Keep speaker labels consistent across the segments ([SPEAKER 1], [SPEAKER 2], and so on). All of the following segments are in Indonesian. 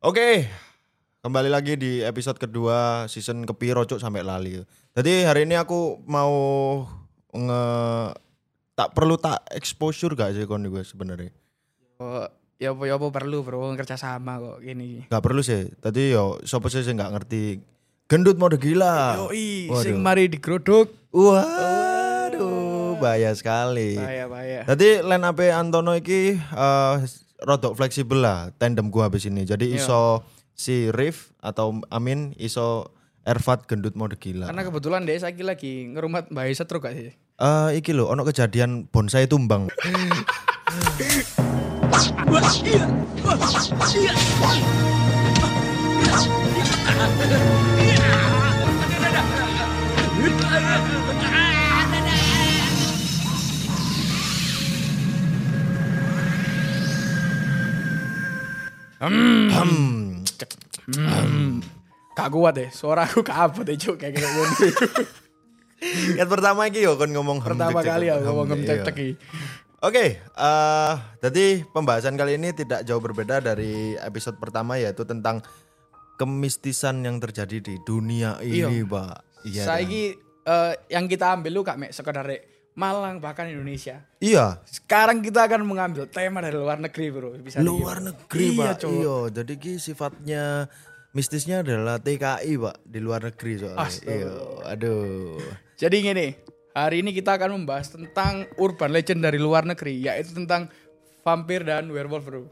[SPEAKER 1] Oke, kembali lagi di episode kedua season kepiro cuk sampai lali. Jadi hari ini aku mau nge tak perlu tak exposure gak sih kon gue sebenarnya?
[SPEAKER 2] Oh, ya apa ya apa perlu bro kerja sama kok gini.
[SPEAKER 1] Gak perlu sih. Tadi yo siapa sih sing gak ngerti gendut mode gila.
[SPEAKER 2] Yoi,
[SPEAKER 1] Waduh.
[SPEAKER 2] sing mari digrodok.
[SPEAKER 1] Waduh, bahaya sekali.
[SPEAKER 2] Bahaya bahaya.
[SPEAKER 1] Tadi line up Antono iki eh, rodok fleksibel lah tandem gua habis ini. Jadi iso si Rif atau Amin iso Erfat gendut mode gila.
[SPEAKER 2] Karena kebetulan dia saiki lagi ngerumat Mbak Isa truk gak sih?
[SPEAKER 1] Eh iki lho ono kejadian bonsai tumbang. Hmm.
[SPEAKER 2] Gak kuat deh, suara aku kabut deh cuk kayak kayak gini.
[SPEAKER 1] Yang pertama iki yo kon ngomong hem,
[SPEAKER 2] Pertama
[SPEAKER 1] cek, cek,
[SPEAKER 2] kali
[SPEAKER 1] hem,
[SPEAKER 2] aku ngomong
[SPEAKER 1] iya.
[SPEAKER 2] cek cek
[SPEAKER 1] Oke, eh jadi pembahasan kali ini tidak jauh berbeda dari episode pertama yaitu tentang kemistisan yang terjadi di dunia ini, Pak. Iya. Dan.
[SPEAKER 2] Saiki eh, yang kita ambil lu gak mek sekedar rek Malang bahkan Indonesia.
[SPEAKER 1] Iya,
[SPEAKER 2] Sekarang kita akan mengambil tema dari luar negeri bro. Bisa di-
[SPEAKER 1] luar negeri,
[SPEAKER 2] Iya,
[SPEAKER 1] Pak. Iya, jadi ki sifatnya mistisnya adalah TKI, Pak, di luar negeri soalnya. Iya, aduh.
[SPEAKER 2] Jadi gini, hari ini kita akan membahas tentang urban legend dari luar negeri, yaitu tentang vampir dan werewolf bro.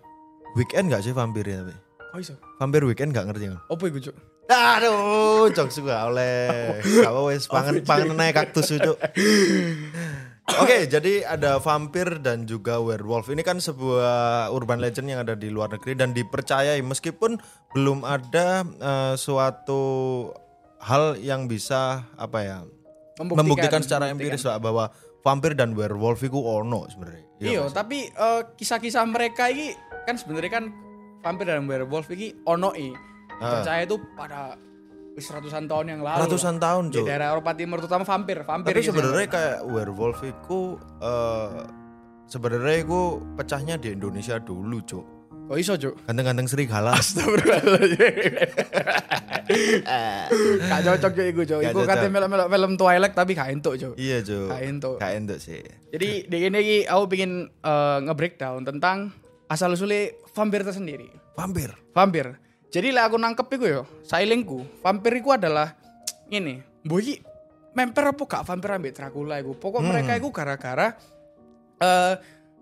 [SPEAKER 1] Weekend gak sih vampir ya, tapi?
[SPEAKER 2] Oh iso,
[SPEAKER 1] Vampir weekend gak ngerti kan?
[SPEAKER 2] opo iku cuk?
[SPEAKER 1] Aduh, jok suka oleh. Apa wes pangan pangan naik kaktus itu. Oke, jadi ada vampir dan juga werewolf. Ini kan sebuah urban legend yang ada di luar negeri dan dipercayai meskipun belum ada eh, suatu hal yang bisa apa ya membuktikan, secara empiris lah bahwa vampir dan werewolf itu ono sebenarnya. Iya.
[SPEAKER 2] Iya, tapi eh, kisah-kisah mereka ini kan sebenarnya kan vampir dan werewolf ini ono i. Percaya itu pada wis ratusan tahun yang lalu.
[SPEAKER 1] Ah. Ratusan
[SPEAKER 2] lah.
[SPEAKER 1] tahun,
[SPEAKER 2] Di
[SPEAKER 1] Cuk.
[SPEAKER 2] daerah Eropa Timur terutama vampir, vampir.
[SPEAKER 1] Tapi
[SPEAKER 2] gitu.
[SPEAKER 1] sebenarnya kayak werewolf itu eh, sebenarnya itu pecahnya di Indonesia dulu, Cuk.
[SPEAKER 2] Oh iso, Cuk.
[SPEAKER 1] Ganteng-ganteng serigala.
[SPEAKER 2] Gak cocok cuk iku, Cuk.
[SPEAKER 1] Gak
[SPEAKER 2] Iku
[SPEAKER 1] cocok.
[SPEAKER 2] kate melok-melok film Twilight tapi gak entuk, Cuk.
[SPEAKER 1] iya, Cuk.
[SPEAKER 2] Gak entuk.
[SPEAKER 1] Gak entuk sih.
[SPEAKER 2] Jadi di ini iki aku pingin eh, nge-breakdown tentang asal usulnya vampir itu sendiri.
[SPEAKER 1] Vampir.
[SPEAKER 2] Vampir. Jadi lah aku nangkep iku yo, sailingku. Vampir iku adalah ini, mbuh iki memper apa gak vampir ambek Dracula iku. Pokok mereka iku gara-gara eh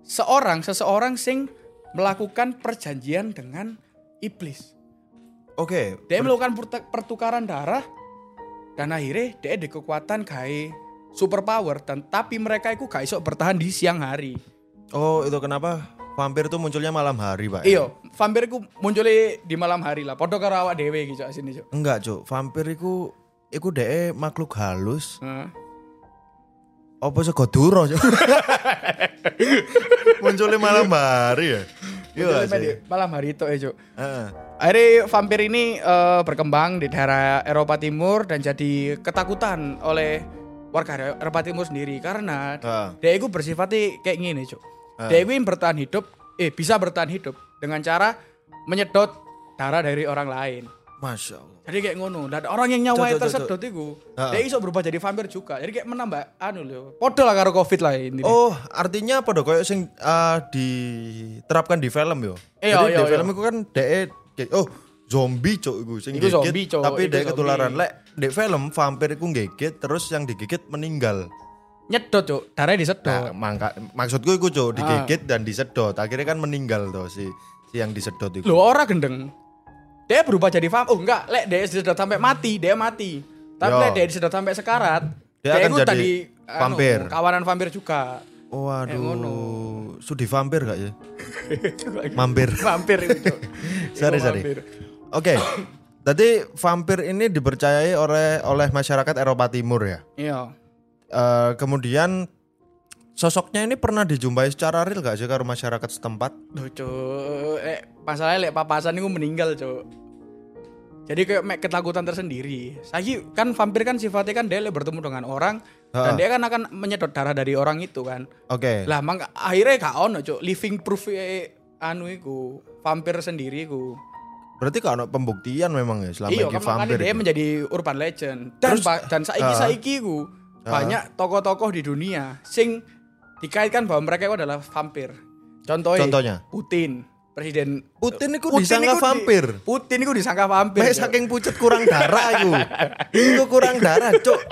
[SPEAKER 2] seorang seseorang sing melakukan perjanjian dengan iblis.
[SPEAKER 1] Oke.
[SPEAKER 2] Dia melakukan perte- pertukaran darah dan akhirnya dia ada kekuatan gawe superpower dan tapi mereka itu gak iso bertahan di siang hari.
[SPEAKER 1] Oh, itu kenapa vampir tuh munculnya malam hari, Pak? ya?
[SPEAKER 2] Iya, vampir iku munculnya di malam hari lah. Podo karo awak dhewe iki cok sini cok.
[SPEAKER 1] Enggak, Cuk. Vampir itu iku dhek makhluk halus.
[SPEAKER 2] Heeh.
[SPEAKER 1] Apa sego duro, Cuk? munculnya malam hari ya? Iya, Eh, gak
[SPEAKER 2] Munculnya
[SPEAKER 1] sih.
[SPEAKER 2] di malam hari itu ya cok.
[SPEAKER 1] Heeh.
[SPEAKER 2] Akhirnya vampir ini eh, berkembang di daerah Eropa Timur dan jadi ketakutan oleh warga Eropa Timur sendiri karena
[SPEAKER 1] Ah.
[SPEAKER 2] dia itu bersifatnya kayak gini cuk. Dia itu yang bertahan hidup, eh bisa bertahan hidup dengan cara menyedot darah dari orang lain.
[SPEAKER 1] Masya Allah.
[SPEAKER 2] Jadi kayak ngono, dan orang yang
[SPEAKER 1] Cuk, cuk,
[SPEAKER 2] nyawa
[SPEAKER 1] cuk,
[SPEAKER 2] tersedot itu,
[SPEAKER 1] Ah.
[SPEAKER 2] dia iso berubah jadi vampir juga. Jadi kayak menambah anu lho. Podo lah karo Covid lah ini.
[SPEAKER 1] Oh, artinya pada koyo sing eh, diterapkan di film yo.
[SPEAKER 2] Iya,
[SPEAKER 1] Jadi
[SPEAKER 2] iya,
[SPEAKER 1] di
[SPEAKER 2] iya.
[SPEAKER 1] film itu kan dek dek- oh zombie cok iku sing
[SPEAKER 2] Iku
[SPEAKER 1] gigit,
[SPEAKER 2] zombie, Cuk.
[SPEAKER 1] tapi
[SPEAKER 2] Iku
[SPEAKER 1] dek ketularan.
[SPEAKER 2] zombie.
[SPEAKER 1] Lek di film vampir iku gigit terus yang digigit meninggal.
[SPEAKER 2] Nyedot cuk, darahnya disedot.
[SPEAKER 1] Nah, mangka, maksudku iku cok
[SPEAKER 2] Ah.
[SPEAKER 1] digigit dan disedot. Akhirnya kan meninggal tuh si si yang disedot itu.
[SPEAKER 2] Lho ora gendeng. Dia berubah jadi vampir. Oh enggak, lek dia disedot sampai mati, dia mati. Tapi
[SPEAKER 1] Yo.
[SPEAKER 2] lek dia disedot sampai sekarat,
[SPEAKER 1] Dia akan
[SPEAKER 2] itu
[SPEAKER 1] jadi
[SPEAKER 2] tadi anu,
[SPEAKER 1] vampir.
[SPEAKER 2] kawanan vampir juga. Eh, ngono.
[SPEAKER 1] Waduh, sudi vampir gak ya? Mampir.
[SPEAKER 2] vampir itu. Cuk.
[SPEAKER 1] Sorry,
[SPEAKER 2] Itu
[SPEAKER 1] sorry.
[SPEAKER 2] vampir.
[SPEAKER 1] Oke. Tadi vampir ini dipercayai oleh oleh masyarakat Eropa Timur ya.
[SPEAKER 2] Iya.
[SPEAKER 1] Eh, kemudian sosoknya ini pernah dijumpai secara real gak sih karo masyarakat setempat?
[SPEAKER 2] Duh, Cuk. Eh, masalahnya lek papasan itu meninggal, Cuk. Jadi kayak mek ketakutan tersendiri. Saya kan vampir kan sifatnya kan dia lek bertemu dengan orang
[SPEAKER 1] Ha.
[SPEAKER 2] dan dia kan akan menyedot darah dari orang itu kan.
[SPEAKER 1] Oke.
[SPEAKER 2] Lah mang eh, akhirnya gak ono cuk living proof e anu iku, vampir sendiri iku.
[SPEAKER 1] Berarti kalau ada pembuktian memang ya selama
[SPEAKER 2] Iya,
[SPEAKER 1] ini
[SPEAKER 2] kan makanya
[SPEAKER 1] vampir.
[SPEAKER 2] dia
[SPEAKER 1] iki.
[SPEAKER 2] menjadi urban legend. Dan ba- dan saiki
[SPEAKER 1] ah.
[SPEAKER 2] saiki ku banyak tokoh-tokoh di dunia sing dikaitkan bahwa mereka itu adalah vampir. Contohnya,
[SPEAKER 1] Contohnya?
[SPEAKER 2] Putin, presiden
[SPEAKER 1] Putin itu
[SPEAKER 2] Putin
[SPEAKER 1] disangka
[SPEAKER 2] itu di-
[SPEAKER 1] vampir.
[SPEAKER 2] Putin itu disangka vampir.
[SPEAKER 1] Meh saking pucet kurang darah aku. Itu kurang darah, Cuk.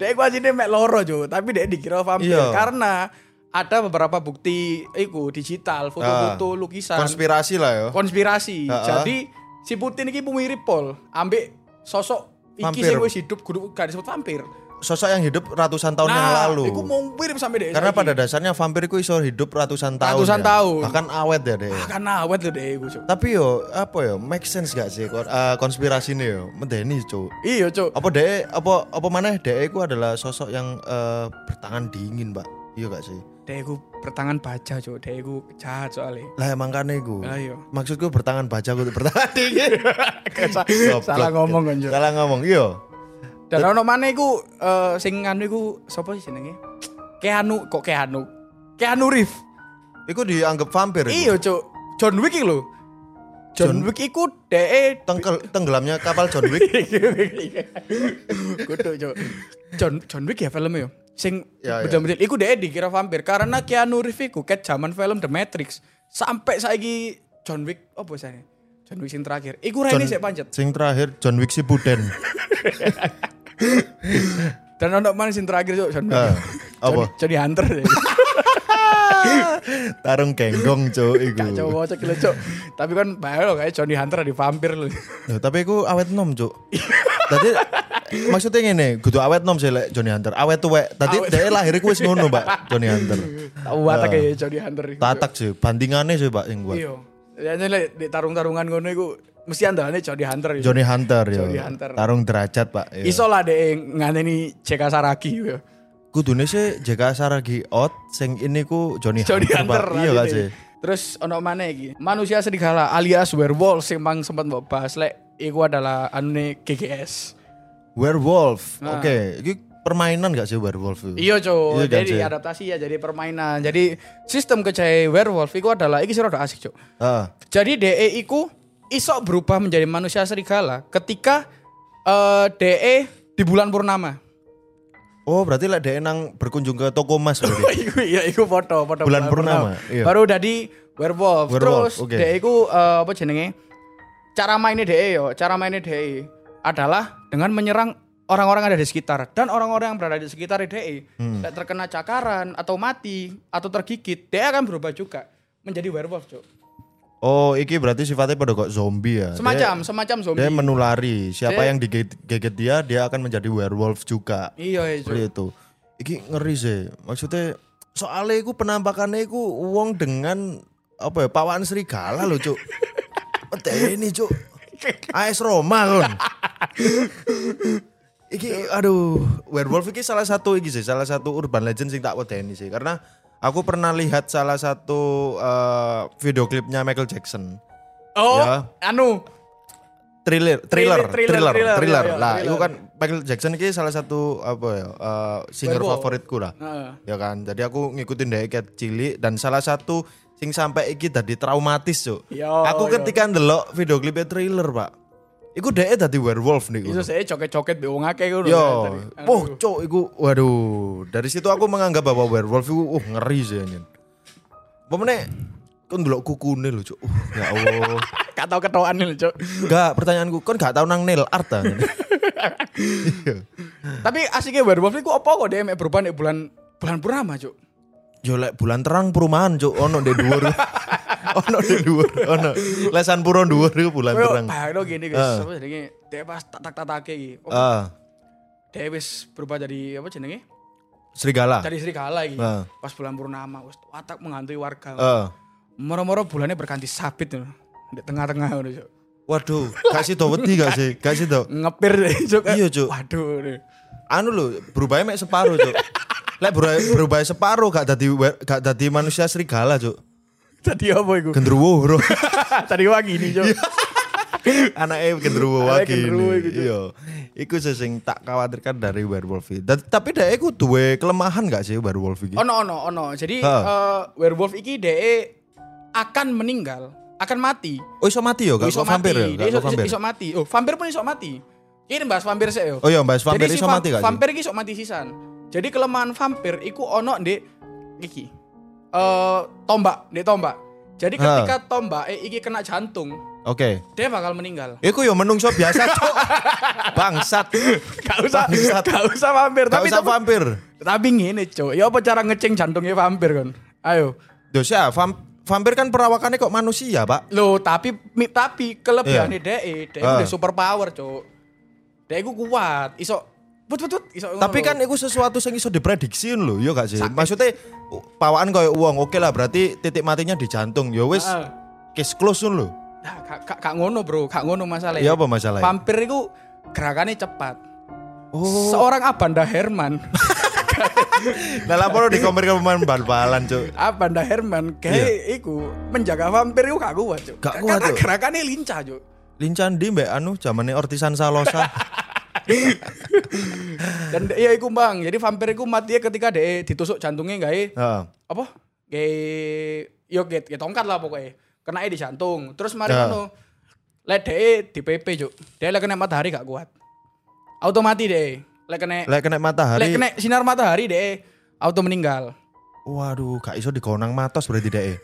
[SPEAKER 2] Dek gua sini mek loro jo, tapi dek dikira vampir
[SPEAKER 1] Iya.
[SPEAKER 2] karena ada beberapa bukti iku digital, foto-foto, lukisan,
[SPEAKER 1] Konspirasi lah ya.
[SPEAKER 2] konspirasi.
[SPEAKER 1] Ha-ha.
[SPEAKER 2] Jadi si Putin ini pemirip Pol, ambek sosok iki
[SPEAKER 1] Vampir.
[SPEAKER 2] sing wis hidup kudu gak disebut vampir.
[SPEAKER 1] Sosok yang hidup ratusan tahun yang lalu.
[SPEAKER 2] Nah, Iku mau mirip sampai dek.
[SPEAKER 1] Karena
[SPEAKER 2] saiki.
[SPEAKER 1] pada dasarnya vampir itu iso hidup ratusan tahun.
[SPEAKER 2] Ratusan
[SPEAKER 1] ya.
[SPEAKER 2] tahun.
[SPEAKER 1] Bahkan awet ya deh.
[SPEAKER 2] Ah, karena awet lho dek iku, Cuk.
[SPEAKER 1] Tapi yo apa yo make sense gak sih kon- eh, konspirasi ini yo medeni Cuk.
[SPEAKER 2] Iya, Cuk.
[SPEAKER 1] Apa deh apa apa mana deh itu adalah sosok yang eh, bertangan dingin, Pak. Iya gak sih?
[SPEAKER 2] Dek iku bertangan baja, Cuk. Dek iku jahat soalnya.
[SPEAKER 1] Lah emang kan iku.
[SPEAKER 2] Lah, iya.
[SPEAKER 1] Maksudku bertangan baja kudu bertangan dingin.
[SPEAKER 2] Sa-
[SPEAKER 1] Goblok.
[SPEAKER 2] Salah ngomong kan, Cuk.
[SPEAKER 1] Salah ngomong, iya.
[SPEAKER 2] Dan ono maneh iku eh, sing anu iku sapa sih jenenge? Keanu kok Keanu. Keanu Reeves.
[SPEAKER 1] Iku dianggap vampir. iku.
[SPEAKER 2] Iya, Cuk. John Wick iki lho. John,
[SPEAKER 1] John-
[SPEAKER 2] Wick iku dhek
[SPEAKER 1] Tengkel, tenggelamnya kapal John Wick.
[SPEAKER 2] Kudu, Cuk. John John Wick ya filmnya yo. Sing
[SPEAKER 1] Ya, ya.
[SPEAKER 2] bedel-bedel iku dhek dikira vampir karena Keanu Reeves iku ket zaman film The Matrix sampai saiki John Wick apa sih? John Wick sing terakhir. Iku
[SPEAKER 1] John,
[SPEAKER 2] rene sik pancet.
[SPEAKER 1] Sing terakhir John Wick si Buden.
[SPEAKER 2] Dan ono maneh sing terakhir Cuk, John Wick.
[SPEAKER 1] Eh, apa?
[SPEAKER 2] Johnny- Johnny Hunter. ya.
[SPEAKER 1] Tarung genggong cuk iku.
[SPEAKER 2] Gak coba cek gila, cok. Tapi kan bayar lo kayak Johnny Hunter di vampir lo.
[SPEAKER 1] Loh, tapi iku awet nom cuk. Tadi maksudnya ngene, kudu awet nom sih lek Johnny Hunter. Awet tuwek. Tadi
[SPEAKER 2] Awet.
[SPEAKER 1] dhek lahir iku wis ngono, Pak, Johnny Hunter.
[SPEAKER 2] Tahu
[SPEAKER 1] Ah.
[SPEAKER 2] watak kayak Johnny Hunter. itu, Cok.
[SPEAKER 1] Tatak sih, bandingane sih Pak sing kuat.
[SPEAKER 2] Iya. Ya nih di tarung-tarungan ngono iku mesti andalannya Johnny Hunter. ya.
[SPEAKER 1] Johnny Hunter ya.
[SPEAKER 2] Johnny Hunter.
[SPEAKER 1] Tarung derajat, Pak. Ya.
[SPEAKER 2] Iso lah deh nganteni JK Saragi. ya.
[SPEAKER 1] Kudune sih JK Saragi out sing ini ku Johnny,
[SPEAKER 2] Johnny Hunter.
[SPEAKER 1] Hunter, Pak. Iya
[SPEAKER 2] lah
[SPEAKER 1] gak
[SPEAKER 2] ini.
[SPEAKER 1] sih?
[SPEAKER 2] Terus ono mana iki? Manusia serigala alias werewolf sing mang sempat mbok bahas lek iku adalah anune GGS.
[SPEAKER 1] Werewolf. Oke, iki permainan gak sih werewolf itu?
[SPEAKER 2] Nah. Iya cok,
[SPEAKER 1] Iya, kan,
[SPEAKER 2] jadi
[SPEAKER 1] Cok?
[SPEAKER 2] adaptasi ya jadi permainan. Jadi sistem kejaya werewolf iku adalah iki sih rada asik cok.
[SPEAKER 1] Heeh.
[SPEAKER 2] Jadi DE iku isok berubah menjadi manusia serigala ketika eh, DE di bulan purnama.
[SPEAKER 1] Oh, berarti lek dhek nang berkunjung ke toko emas berarti.
[SPEAKER 2] iku iya iku foto foto
[SPEAKER 1] Bulan purnama, iya.
[SPEAKER 2] Baru jadi werewolf. Terus
[SPEAKER 1] Werewolf, oke.
[SPEAKER 2] DE iku eh, apa jenenge? Cara mainnya DE yo, cara mainnya DE adalah dengan menyerang orang-orang yang ada di sekitar dan orang-orang yang berada di sekitar DE
[SPEAKER 1] Hmm.
[SPEAKER 2] Lek terkena cakaran atau mati atau tergigit, DE akan berubah juga menjadi werewolf, Cok.
[SPEAKER 1] oh, iki berarti sifatnya pada kok zombie ya.
[SPEAKER 2] Semacam semacam
[SPEAKER 1] Dia,
[SPEAKER 2] zombie.
[SPEAKER 1] dia menulari. Siapa
[SPEAKER 2] Dia-
[SPEAKER 1] yang digigit dia, dia akan menjadi werewolf juga.
[SPEAKER 2] Iya, iya, Cok.
[SPEAKER 1] Seperti itu. Iki ngeri sih. Maksudnya soalnya iku penampakannya iku wong dengan apa ya pawaan serigala loh, Cuk. Mete ini, Cuk. AS Roma kon. iki aduh, werewolf iki salah satu iki sih, salah satu urban legend sing tak wedeni sih karena aku pernah lihat salah satu eh, video klipnya Michael Jackson.
[SPEAKER 2] Oh,
[SPEAKER 1] Ya.
[SPEAKER 2] anu
[SPEAKER 1] Thriller,
[SPEAKER 2] Thriller,
[SPEAKER 1] thriller,
[SPEAKER 2] thriller,
[SPEAKER 1] thriller, thriller.
[SPEAKER 2] thriller, iya,
[SPEAKER 1] Lah,
[SPEAKER 2] thriller.
[SPEAKER 1] itu kan Michael Jackson ini salah satu apa ya, eh, singer
[SPEAKER 2] Werewolf.
[SPEAKER 1] favoritku lah.
[SPEAKER 2] Heeh.
[SPEAKER 1] Ya kan. Jadi aku ngikutin dari cat cilik dan salah satu sing sampai iki dadi traumatis, Cuk.
[SPEAKER 2] Yo,
[SPEAKER 1] aku
[SPEAKER 2] yo.
[SPEAKER 1] ketika ndelok video klipnya thriller, Pak. Iku dhek dadi werewolf niku.
[SPEAKER 2] Itu saya coket-coket di wong akeh
[SPEAKER 1] Yo,
[SPEAKER 2] ngono. Iya, tadi. Anu.
[SPEAKER 1] poh, cok, iku, waduh, dari situ aku menganggap bahwa werewolf itu, uh, ngeri sih anjir. Pemene, kan dulu kuku nil, cok, uh, ya Allah.
[SPEAKER 2] Ah, Gak tau ketokan lho, Cuk.
[SPEAKER 1] Enggak, pertanyaanku, kan gak tau nang nil art ta?
[SPEAKER 2] Tapi asiknya werewolf iku apa kok dia mek berubah di bulan bulan purnama, Cuk?
[SPEAKER 1] Yo lek bulan terang perumahan cuk ono di dhuwur. ono di dhuwur, ono. Lesan puro dhuwur iku bulan
[SPEAKER 2] Koyo
[SPEAKER 1] terang.
[SPEAKER 2] bayangno gini
[SPEAKER 1] Heeh.
[SPEAKER 2] guys, apa jenenge? Dia pas tatak-tatake iki. Oh,
[SPEAKER 1] Ah,
[SPEAKER 2] Dia wis berubah jadi apa jenenge?
[SPEAKER 1] serigala.
[SPEAKER 2] Jadi serigala iki.
[SPEAKER 1] Heeh.
[SPEAKER 2] Pas bulan purnama wis watak menghantui warga.
[SPEAKER 1] Eh.
[SPEAKER 2] Moro-moro bulannya berganti sabit lho. Di tengah-tengah ngono, Cuk.
[SPEAKER 1] Waduh, gak sih wedi gak sih? Gak sih
[SPEAKER 2] Ngepir deh, Cuk.
[SPEAKER 1] Iya, Cuk.
[SPEAKER 2] Waduh. deh.
[SPEAKER 1] Anu lho, berubahnya mek separuh cuk. Lek berubah, berubah separuh gak dadi wer- gak dadi manusia serigala cuk.
[SPEAKER 2] Tadi apa iku?
[SPEAKER 1] Gendruwo, Bro.
[SPEAKER 2] Tadi wangi ini, Cuk.
[SPEAKER 1] Iya. Anaknya gendruwo
[SPEAKER 2] Anaknya
[SPEAKER 1] lagi.
[SPEAKER 2] gendruwo
[SPEAKER 1] ini.
[SPEAKER 2] gitu.
[SPEAKER 1] Iya. Iku sih sing tak khawatirkan dari werewolf itu. Dan- Tapi dhek iku duwe kelemahan gak sih
[SPEAKER 2] Oh,
[SPEAKER 1] werewolf iki? Ah.
[SPEAKER 2] Ono ono ono. Jadi
[SPEAKER 1] Ha.
[SPEAKER 2] eh, werewolf iki de akan meninggal akan mati.
[SPEAKER 1] Oh iso mati yo, gak
[SPEAKER 2] Iso
[SPEAKER 1] kok vampir
[SPEAKER 2] mati.
[SPEAKER 1] yo,
[SPEAKER 2] Dia
[SPEAKER 1] gak
[SPEAKER 2] iso,
[SPEAKER 1] kok vampir.
[SPEAKER 2] iso mati. Oh, vampir pun iso mati. Ini bahas vampir sih yo.
[SPEAKER 1] Oh iya, Mbak vampir
[SPEAKER 2] Jadi si
[SPEAKER 1] iso
[SPEAKER 2] va-
[SPEAKER 1] mati gak sih?
[SPEAKER 2] Vampir iki sok mati sisan. Jadi kelemahan vampir iku ono di iki. Eh tombak, di tombak. Jadi
[SPEAKER 1] Ha.
[SPEAKER 2] ketika tombak eh, iki kena jantung,
[SPEAKER 1] Oke.
[SPEAKER 2] dia bakal meninggal.
[SPEAKER 1] Iku yo menungso biasa, Cuk. Bangsat.
[SPEAKER 2] Gak usah,
[SPEAKER 1] Bangsat.
[SPEAKER 2] gak usah vampir.
[SPEAKER 1] Gak
[SPEAKER 2] tapi
[SPEAKER 1] usah
[SPEAKER 2] tapi,
[SPEAKER 1] vampir.
[SPEAKER 2] tapi gini cowok, ya apa cara ngeceng jantungnya vampir kan? Ayo.
[SPEAKER 1] Dosa, vam- vampir kan perawakannya kok manusia, Pak.
[SPEAKER 2] Loh, tapi mi- tapi kelebihannya dia, dia
[SPEAKER 1] Iya. Ha.
[SPEAKER 2] udah super power, cowok. Dia iku kuat, iso but but, but iso
[SPEAKER 1] Tapi
[SPEAKER 2] ngono.
[SPEAKER 1] kan itu sesuatu yang iso diprediksi lho, yo gak sih? Maksudnya u- pawaan kayak uang, oke lah berarti titik matinya di jantung. Yo wis
[SPEAKER 2] Heeh.
[SPEAKER 1] case close lho.
[SPEAKER 2] Nah, kak, kak, kak ngono bro, kak ngono masalahnya.
[SPEAKER 1] Iya apa masalahnya?
[SPEAKER 2] Vampir itu gerakannya cepat.
[SPEAKER 1] Oh.
[SPEAKER 2] Seorang Abanda Herman,
[SPEAKER 1] Lah lapor di komen ke pemain bal-balan, Cuk.
[SPEAKER 2] Abanda Herman, kayak iku menjaga vampir itu gak kuat cuk.
[SPEAKER 1] Iya. Gak kuat,
[SPEAKER 2] Karena
[SPEAKER 1] Cuk.
[SPEAKER 2] gerakannya lincah cuk.
[SPEAKER 1] Lincandi mbak anu zamane Ortisan Salosa.
[SPEAKER 2] Dan de- iya iku bang, jadi vampir itu mati ya ketika dia ditusuk jantungnya gak
[SPEAKER 1] Heeh.
[SPEAKER 2] apa? Gak yo gak gak tongkat lah pokoknya. Kena di jantung. Terus mari
[SPEAKER 1] Ya.
[SPEAKER 2] ngono. Lek dia di PP cuk. Dia lek kena matahari gak kuat. Automati deh. Lek kena
[SPEAKER 1] Lek kena
[SPEAKER 2] Lek
[SPEAKER 1] matahari.
[SPEAKER 2] kena sinar matahari deh auto meninggal.
[SPEAKER 1] Waduh, gak iso digonang matos berarti dek. e.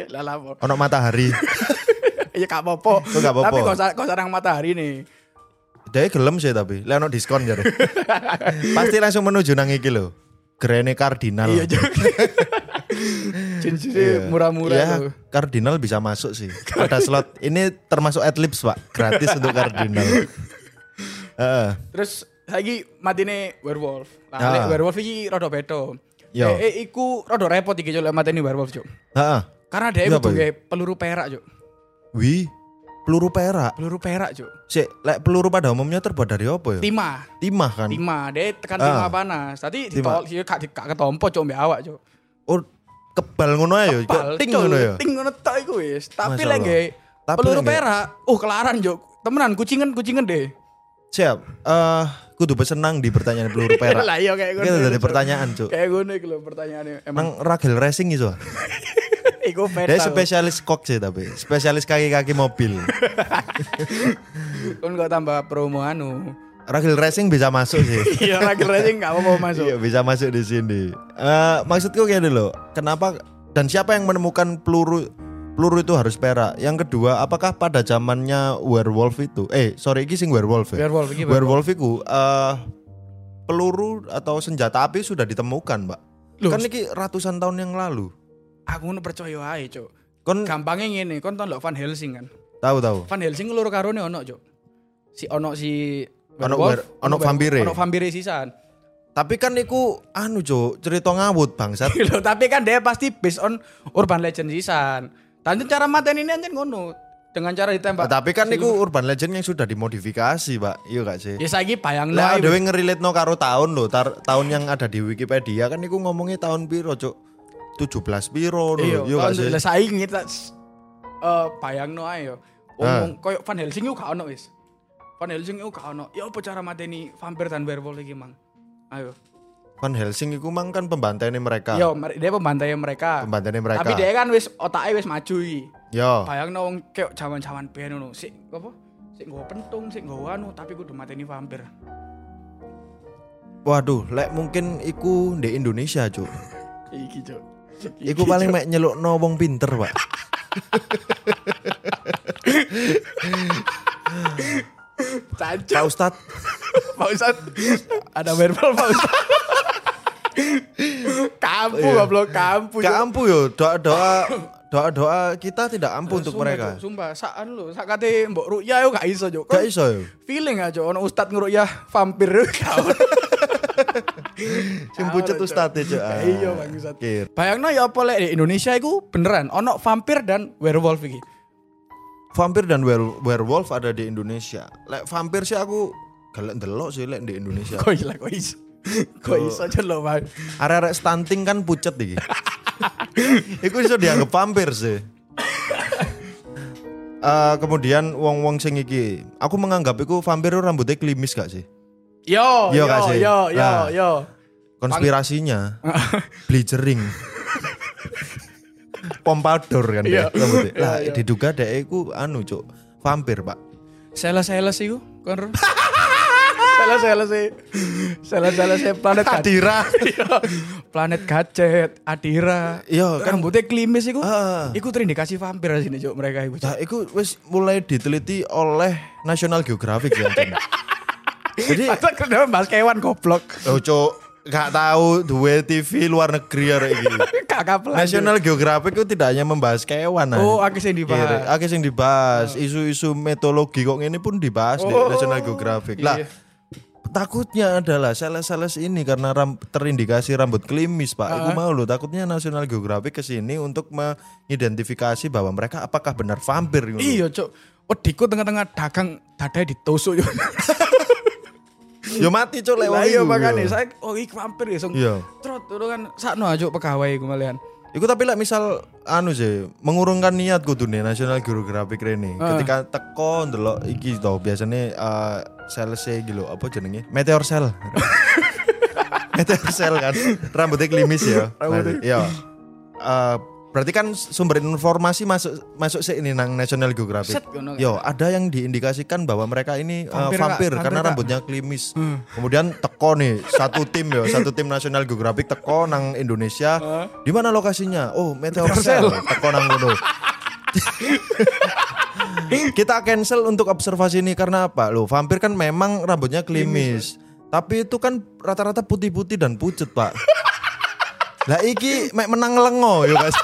[SPEAKER 2] Eh, Lah lah. Bo.
[SPEAKER 1] Ono matahari.
[SPEAKER 2] Ya gak apa-apa.
[SPEAKER 1] Oh, gak apa-apa.
[SPEAKER 2] Tapi kok sa- kok sarang matahari nih.
[SPEAKER 1] Dek e gelem sih tapi, lek ono diskon jare. Pasti langsung menuju nang iki lho. Grene Cardinal.
[SPEAKER 2] Iya juga. Cincin murah-murah
[SPEAKER 1] Ya,
[SPEAKER 2] tuh.
[SPEAKER 1] Cardinal bisa masuk sih. Ada slot. Ini termasuk adlibs, Pak. Gratis untuk Cardinal. Heeh.
[SPEAKER 2] Terus lagi matine werewolf. Nah,
[SPEAKER 1] Ah.
[SPEAKER 2] lek werewolf iki rada beto.
[SPEAKER 1] Yo.
[SPEAKER 2] Eh, eh, iku rada repot iki Cuk, lek matine werewolf, Cuk.
[SPEAKER 1] Heeh.
[SPEAKER 2] Karena dia
[SPEAKER 1] Iya, Boy.
[SPEAKER 2] kudu nge peluru perak, Cuk.
[SPEAKER 1] Wi, peluru perak.
[SPEAKER 2] Peluru perak, Cuk.
[SPEAKER 1] Sik, lek peluru pada umumnya terbuat dari apa ya?
[SPEAKER 2] Timah.
[SPEAKER 1] Timah kan.
[SPEAKER 2] Timah, dia tekan
[SPEAKER 1] Ah.
[SPEAKER 2] timah panas. Tadi ditol, ya, gak gak ketompo Cuk mbak awak, Cuk.
[SPEAKER 1] Oh, kebal ngono ya,
[SPEAKER 2] Pal,
[SPEAKER 1] ting
[SPEAKER 2] col,
[SPEAKER 1] ngono ya.
[SPEAKER 2] Ting ngono tok iku wis. Tapi
[SPEAKER 1] Masya
[SPEAKER 2] lek
[SPEAKER 1] Allah.
[SPEAKER 2] nggih
[SPEAKER 1] Tapi
[SPEAKER 2] peluru
[SPEAKER 1] lek nggih-
[SPEAKER 2] perak, oh kelaran yo. Temenan kucingen-kucingen deh.
[SPEAKER 1] Siap. Eh, kudu bersenang di pertanyaan peluru perak.
[SPEAKER 2] Lah iya kayak ngono.
[SPEAKER 1] Kita dari
[SPEAKER 2] Cuk.
[SPEAKER 1] pertanyaan, Cuk.
[SPEAKER 2] Kayak ngono iku lho pertanyaannya.
[SPEAKER 1] Nang
[SPEAKER 2] Emang
[SPEAKER 1] ragil racing iso.
[SPEAKER 2] iku
[SPEAKER 1] Nah, Dia
[SPEAKER 2] fatal.
[SPEAKER 1] spesialis kok sih tapi, spesialis kaki-kaki mobil.
[SPEAKER 2] Kon gak tambah promo anu.
[SPEAKER 1] Ragil racing bisa masuk sih.
[SPEAKER 2] Iya ra keren enggak apa-apa masuk.
[SPEAKER 1] Iya bisa masuk di sini. Eh maksudku kayak dulu, kenapa dan siapa yang menemukan peluru peluru itu harus perak? Yang kedua, apakah pada zamannya werewolf itu? Eh sorry, ini sing werewolf ya.
[SPEAKER 2] Werewolf iki.
[SPEAKER 1] Werewolf
[SPEAKER 2] Werewolf.
[SPEAKER 1] itu eh, peluru atau senjata api sudah ditemukan, Mbak.
[SPEAKER 2] Loh.
[SPEAKER 1] Kan ini ratusan tahun yang lalu.
[SPEAKER 2] Aku ngono percaya ae, Cuk.
[SPEAKER 1] Kon
[SPEAKER 2] Gampangnya ngene, kon tau lho Van Helsing kan.
[SPEAKER 1] tahu tahu.
[SPEAKER 2] Van Helsing loro karone ono, Cuk. Si ono si
[SPEAKER 1] Ono
[SPEAKER 2] werewolf,
[SPEAKER 1] wer- ono vampire.
[SPEAKER 2] Ono vampire sisan.
[SPEAKER 1] Tapi kan niku anu, Cuk, cerita ngawut bangsat.
[SPEAKER 2] Loh, tapi kan dia pasti based on urban legend sisan. Tanjung cara maten ini anjen ngono dengan cara ditembak.
[SPEAKER 1] Tapi kan niku urban legend yang sudah dimodifikasi, Pak. Iya gak sih?
[SPEAKER 2] Ya saiki bayangno
[SPEAKER 1] Lah
[SPEAKER 2] ae.
[SPEAKER 1] dhewe ngeriletno karo tahun lho, tar, tahun yang ada di Wikipedia kan niku ngomongnya tahun piro, Cuk? 17 piro lho.
[SPEAKER 2] Iya,
[SPEAKER 1] Yo gak sih?
[SPEAKER 2] lah saiki kita eh bayangno ae yo.
[SPEAKER 1] Ah.
[SPEAKER 2] Omong koyo Van Helsing iku gak ono wis. Van Helsing iku gak ono. Ya apa cara mateni vampir dan werewolf iki, Mang? Ayo.
[SPEAKER 1] Van Helsing iku mang kan pembantaiannya mereka.
[SPEAKER 2] Yo, mer- dia pembantaian mereka.
[SPEAKER 1] Pembantaiannya mereka.
[SPEAKER 2] Iya.
[SPEAKER 1] Ah. Iya.
[SPEAKER 2] Tapi dia kan wis otake wis maju iki.
[SPEAKER 1] Yo.
[SPEAKER 2] Bayangno wong koyo jaman-jaman biyen ngono. Sik apa? Sik nggawa pentung, sik nggawa anu, tapi kudu mateni vampir.
[SPEAKER 1] Waduh, lek mungkin iku di Indonesia, Cuk.
[SPEAKER 2] Iki, Cuk.
[SPEAKER 1] Iku
[SPEAKER 2] Iya,
[SPEAKER 1] paling mek nyelukno wong pinter, Pak.
[SPEAKER 2] Cancuk,
[SPEAKER 1] Pak Ustad,
[SPEAKER 2] Pak Ustad. Ada verbal Pak Ustad.
[SPEAKER 1] Oh,
[SPEAKER 2] kampu
[SPEAKER 1] iya.
[SPEAKER 2] goblok, kampu.
[SPEAKER 1] gak
[SPEAKER 2] Cuk.
[SPEAKER 1] ampuh yo doa-doa doa-doa kita tidak ampuh untuk
[SPEAKER 2] Sumpah,
[SPEAKER 1] mereka.
[SPEAKER 2] Cuk, Sumpah, sakan lu, sak kate mbok ruya yo gak iso, Cuk. Kon
[SPEAKER 1] Gak iso yo.
[SPEAKER 2] Feeling aja ono ustad ngeruya vampir kau.
[SPEAKER 1] Sing pucet
[SPEAKER 2] Cuk.
[SPEAKER 1] Ustad Cuk. Ah.
[SPEAKER 2] Iya, bangsat.
[SPEAKER 1] Kir.
[SPEAKER 2] Bayangno ya apa lek di Indonesia iku beneran ono vampir dan werewolf iki.
[SPEAKER 1] vampir dan were- werewolf ada di Indonesia. Lek vampir sih aku galak ndelok sih lek di Indonesia.
[SPEAKER 2] Kok iso, kok iso. Kok
[SPEAKER 1] Oh.
[SPEAKER 2] iso aja lho, Bang.
[SPEAKER 1] Arek-arek stunting kan pucet iki. Iku iso dianggap vampir sih. Eh, kemudian wong-wong sing iki, aku menganggap iku vampir itu rambutnya klimis gak sih?
[SPEAKER 2] Yo,
[SPEAKER 1] Iya,
[SPEAKER 2] yo,
[SPEAKER 1] gak sih?
[SPEAKER 2] yo, yo,
[SPEAKER 1] Nah.
[SPEAKER 2] yo.
[SPEAKER 1] Konspirasinya bleaching. pompadour kan dia
[SPEAKER 2] Iya.
[SPEAKER 1] rambutnya.
[SPEAKER 2] Iya,
[SPEAKER 1] Lah
[SPEAKER 2] iya.
[SPEAKER 1] diduga dek iku anu cuk, vampir, Pak.
[SPEAKER 2] Seles-seles iku, kon. Seles-seles e. Seles-seles e planet gadget.
[SPEAKER 1] Tadira.
[SPEAKER 2] planet gadget, Adira.
[SPEAKER 1] Iya, kan-
[SPEAKER 2] rambutnya klimis iku.
[SPEAKER 1] Ah.
[SPEAKER 2] Iku terindikasi vampir di sini, Cuk, mereka iku. Cuk.
[SPEAKER 1] Nah, itu wis mulai diteliti oleh National Geographic ya. Jon. Jadi,
[SPEAKER 2] Masa kenapa bahas kan kewan goblok?
[SPEAKER 1] oh cuk, gak tahu duwe TV luar negeri ya gitu.
[SPEAKER 2] Kakak pelan. Cuk.
[SPEAKER 1] National Geographic itu tidak hanya membahas kewan. nah.
[SPEAKER 2] Oh, akeh sing dibahas.
[SPEAKER 1] Iya, akeh sing dibahas, isu-isu mitologi kok ini pun dibahas di
[SPEAKER 2] Oh,
[SPEAKER 1] National Geographic. Lah,
[SPEAKER 2] iya.
[SPEAKER 1] takutnya adalah sales-sales ini karena ram- terindikasi rambut klimis, Pak.
[SPEAKER 2] Ah.
[SPEAKER 1] Iku mau loh, takutnya National Geographic ke sini untuk mengidentifikasi bahwa mereka apakah benar vampir gitu.
[SPEAKER 2] Iya, Cuk. Wediku tengah-tengah dagang dadanya ditusuk, Cuk.
[SPEAKER 1] Yo mati cok lewat.
[SPEAKER 2] Lah iya
[SPEAKER 1] iku,
[SPEAKER 2] makane
[SPEAKER 1] yo.
[SPEAKER 2] saya oh iki vampir ya, sung.
[SPEAKER 1] Iya.
[SPEAKER 2] Trot itu kan sakno aja pegawai iku malian.
[SPEAKER 1] Iku tapi lah misal anu sih mengurungkan niat kudu nih National Geographic rene.
[SPEAKER 2] Ah.
[SPEAKER 1] Ketika teko ndelok iki to biasanya eh sales gitu apa jenenge? Meteor cell. Meteor cell kan. Rambutnya klimis ya. Rambutnya. Iya. Eh, berarti kan sumber informasi masuk masuk sih ini nang National Geographic.
[SPEAKER 2] Set, ngono kan.
[SPEAKER 1] Yo, ada yang diindikasikan bahwa mereka ini eh,
[SPEAKER 2] Vampir,
[SPEAKER 1] vampir,
[SPEAKER 2] Kak.
[SPEAKER 1] karena
[SPEAKER 2] Vampir, Kak. Hmm.
[SPEAKER 1] rambutnya klimis. Kemudian teko nih satu tim ya, satu tim National Geographic teko nang Indonesia. Di mana lokasinya? Oh, Meteor Cell. Teko nang ngono. Kita cancel untuk observasi ini karena apa? Loh, vampir kan memang rambutnya klimis. Tapi itu kan rata-rata putih-putih dan pucet, Pak. Lah iki mek menang lengo ya, guys.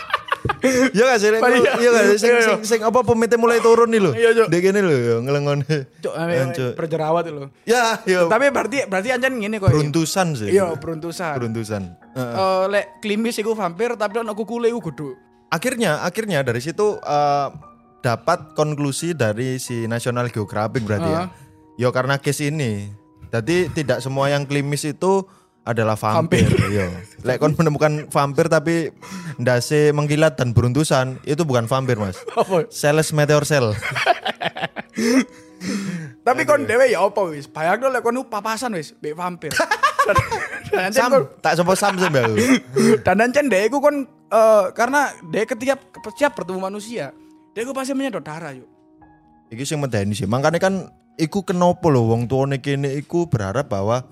[SPEAKER 1] Ya gak sih, Lek?
[SPEAKER 2] Iya.
[SPEAKER 1] iya gak sih, sing,
[SPEAKER 2] Iya, iya.
[SPEAKER 1] sing, sing apa pemitnya mulai turun nih loh.
[SPEAKER 2] Iya, Cuk.
[SPEAKER 1] Dek gini loh, ya, ngelengone.
[SPEAKER 2] Cuk,
[SPEAKER 1] Ya,
[SPEAKER 2] ame-
[SPEAKER 1] Cuk.
[SPEAKER 2] berjerawat itu.
[SPEAKER 1] Ya, yo.
[SPEAKER 2] Tapi berarti berarti anjan ngene kok. Iya.
[SPEAKER 1] Beruntusan sih.
[SPEAKER 2] Iya, beruntusan.
[SPEAKER 1] Beruntusan. Heeh.
[SPEAKER 2] Eh, lek klimis iku vampir tapi ono kukule iku godhok.
[SPEAKER 1] akhirnya akhirnya dari situ eh, dapat konklusi dari si National Geographic berarti
[SPEAKER 2] Ah.
[SPEAKER 1] ya. Yo karena case ini. Jadi tidak semua yang klimis itu adalah vampir. Yo. Lek kon menemukan vampir tapi ndase mengkilat dan beruntusan, itu bukan vampir, Mas.
[SPEAKER 2] Apa?
[SPEAKER 1] Sales meteor cell.
[SPEAKER 2] Tapi kon dhewe ya apa wis? Bayangno lek kon iku papasan wis mbek vampir. Dan- dan ancen kon-
[SPEAKER 1] Sam, tak sapa Sam sih, Mbak.
[SPEAKER 2] Dan ancen dhewe iku kon eh, karena dhewe ketika setiap bertemu manusia, dhewe iku pasti menyedot darah yuk.
[SPEAKER 1] Iki sing medeni sih. Makanya kan iku kenapa loh wong tuane kene iku berharap bahwa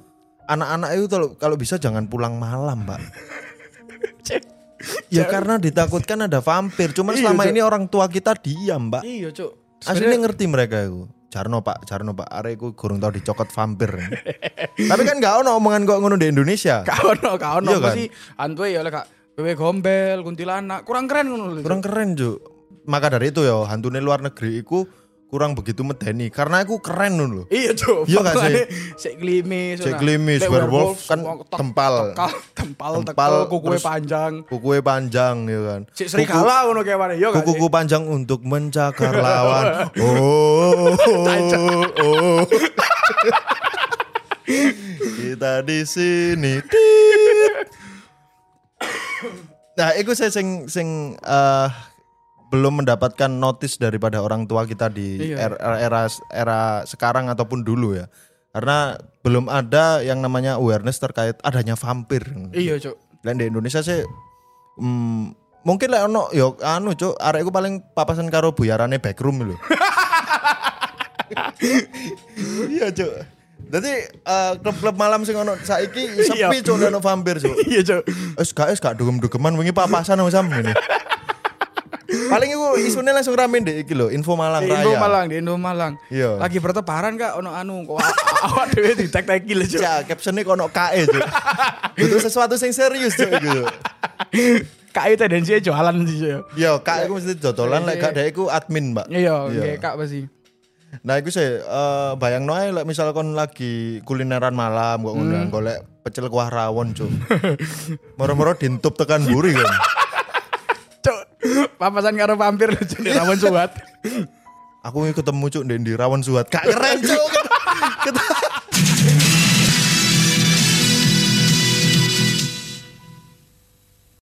[SPEAKER 1] anak-anak itu kalau- kalau bisa jangan pulang malam, Pak. Ya karena ditakutkan ada vampir. Cuman
[SPEAKER 2] Iya,
[SPEAKER 1] selama
[SPEAKER 2] Cuk.
[SPEAKER 1] ini orang tua kita diam, Mbak.
[SPEAKER 2] Iya, Cuk.
[SPEAKER 1] Aslinya ngerti mereka itu. Jarno Pak, Jarno Pak, areku gurung tau dicokot vampir. Tapi kan gak ono omongan kok ngono di Indonesia.
[SPEAKER 2] Gak ono, gak ono
[SPEAKER 1] Iya
[SPEAKER 2] apa
[SPEAKER 1] kan?
[SPEAKER 2] sih? Antwe ya lek gak wewe gombel, kuntilanak, kurang keren ngono lho. Cuk.
[SPEAKER 1] Kurang keren, Cuk. Maka dari itu ya, hantune luar negeri iku kurang begitu medeni karena aku keren nun lho.
[SPEAKER 2] Iya, Cuk.
[SPEAKER 1] Iya gak sih?
[SPEAKER 2] Makanya Sek klimis.
[SPEAKER 1] Sek
[SPEAKER 2] nah.
[SPEAKER 1] klimis,
[SPEAKER 2] Lek
[SPEAKER 1] werewolf kan
[SPEAKER 2] semua tek-
[SPEAKER 1] tempal.
[SPEAKER 2] Tekal, tempal,
[SPEAKER 1] Tempal,
[SPEAKER 2] tekal, kukunya
[SPEAKER 1] terus-
[SPEAKER 2] panjang.
[SPEAKER 1] Kukunya panjang ya kan.
[SPEAKER 2] Sik serigala ngono kewane. Iya gak
[SPEAKER 1] Kuku
[SPEAKER 2] sih?
[SPEAKER 1] panjang untuk mencakar lawan. Oh, oh, oh. Kita di sini. Tit. Nah, itu saya sing sing eh, belum mendapatkan notice daripada orang tua kita di
[SPEAKER 2] Iya.
[SPEAKER 1] er- era, era sekarang ataupun dulu ya. Karena belum ada yang namanya awareness terkait adanya vampir.
[SPEAKER 2] Iya, Cuk.
[SPEAKER 1] Lah di Indonesia sih mm, mungkin lah ono yo anu cuk arekku paling papasan karo buyarane backroom lho. iya cuk. Jadi eh, klub-klub malam sing ono saiki sepi
[SPEAKER 2] Iya.
[SPEAKER 1] cuk ono vampir cuk.
[SPEAKER 2] Iya, Cuk.
[SPEAKER 1] Wis gak wis gak dugem-dugeman wingi papasan sama sam ngene. Paling iku isune langsung rame ndek iki lho, info Malang
[SPEAKER 2] Di
[SPEAKER 1] Raya.
[SPEAKER 2] Indo Malang, di Indo Malang.
[SPEAKER 1] Iya.
[SPEAKER 2] Lagi bertebaran kak, ono anu kok aw- awak dhewe ditek-teki lho, Cuk.
[SPEAKER 1] Ya, captionnya kono KE cuk. Butuh sesuatu yang serius cuk gitu.
[SPEAKER 2] Kak itu tendensinya jualan sih, Cuk.
[SPEAKER 1] Yo, kak aku E mesti dodolan lek gak dek iku admin, Mbak.
[SPEAKER 2] Iya, iya, kak pasti.
[SPEAKER 1] Nah, iku sih eh bayang noe lek misal kon lagi kulineran malam kok ngundang golek pecel kuah rawon, Cuk. Moro-moro dintup tekan buri kan.
[SPEAKER 2] Cuk, papasan karo vampir lho, Cuk, di Rawan Suwat.
[SPEAKER 1] Aku ini ketemu Cuk ndek ndi rawon suat. Gak keren, Cuk. Ket- ket-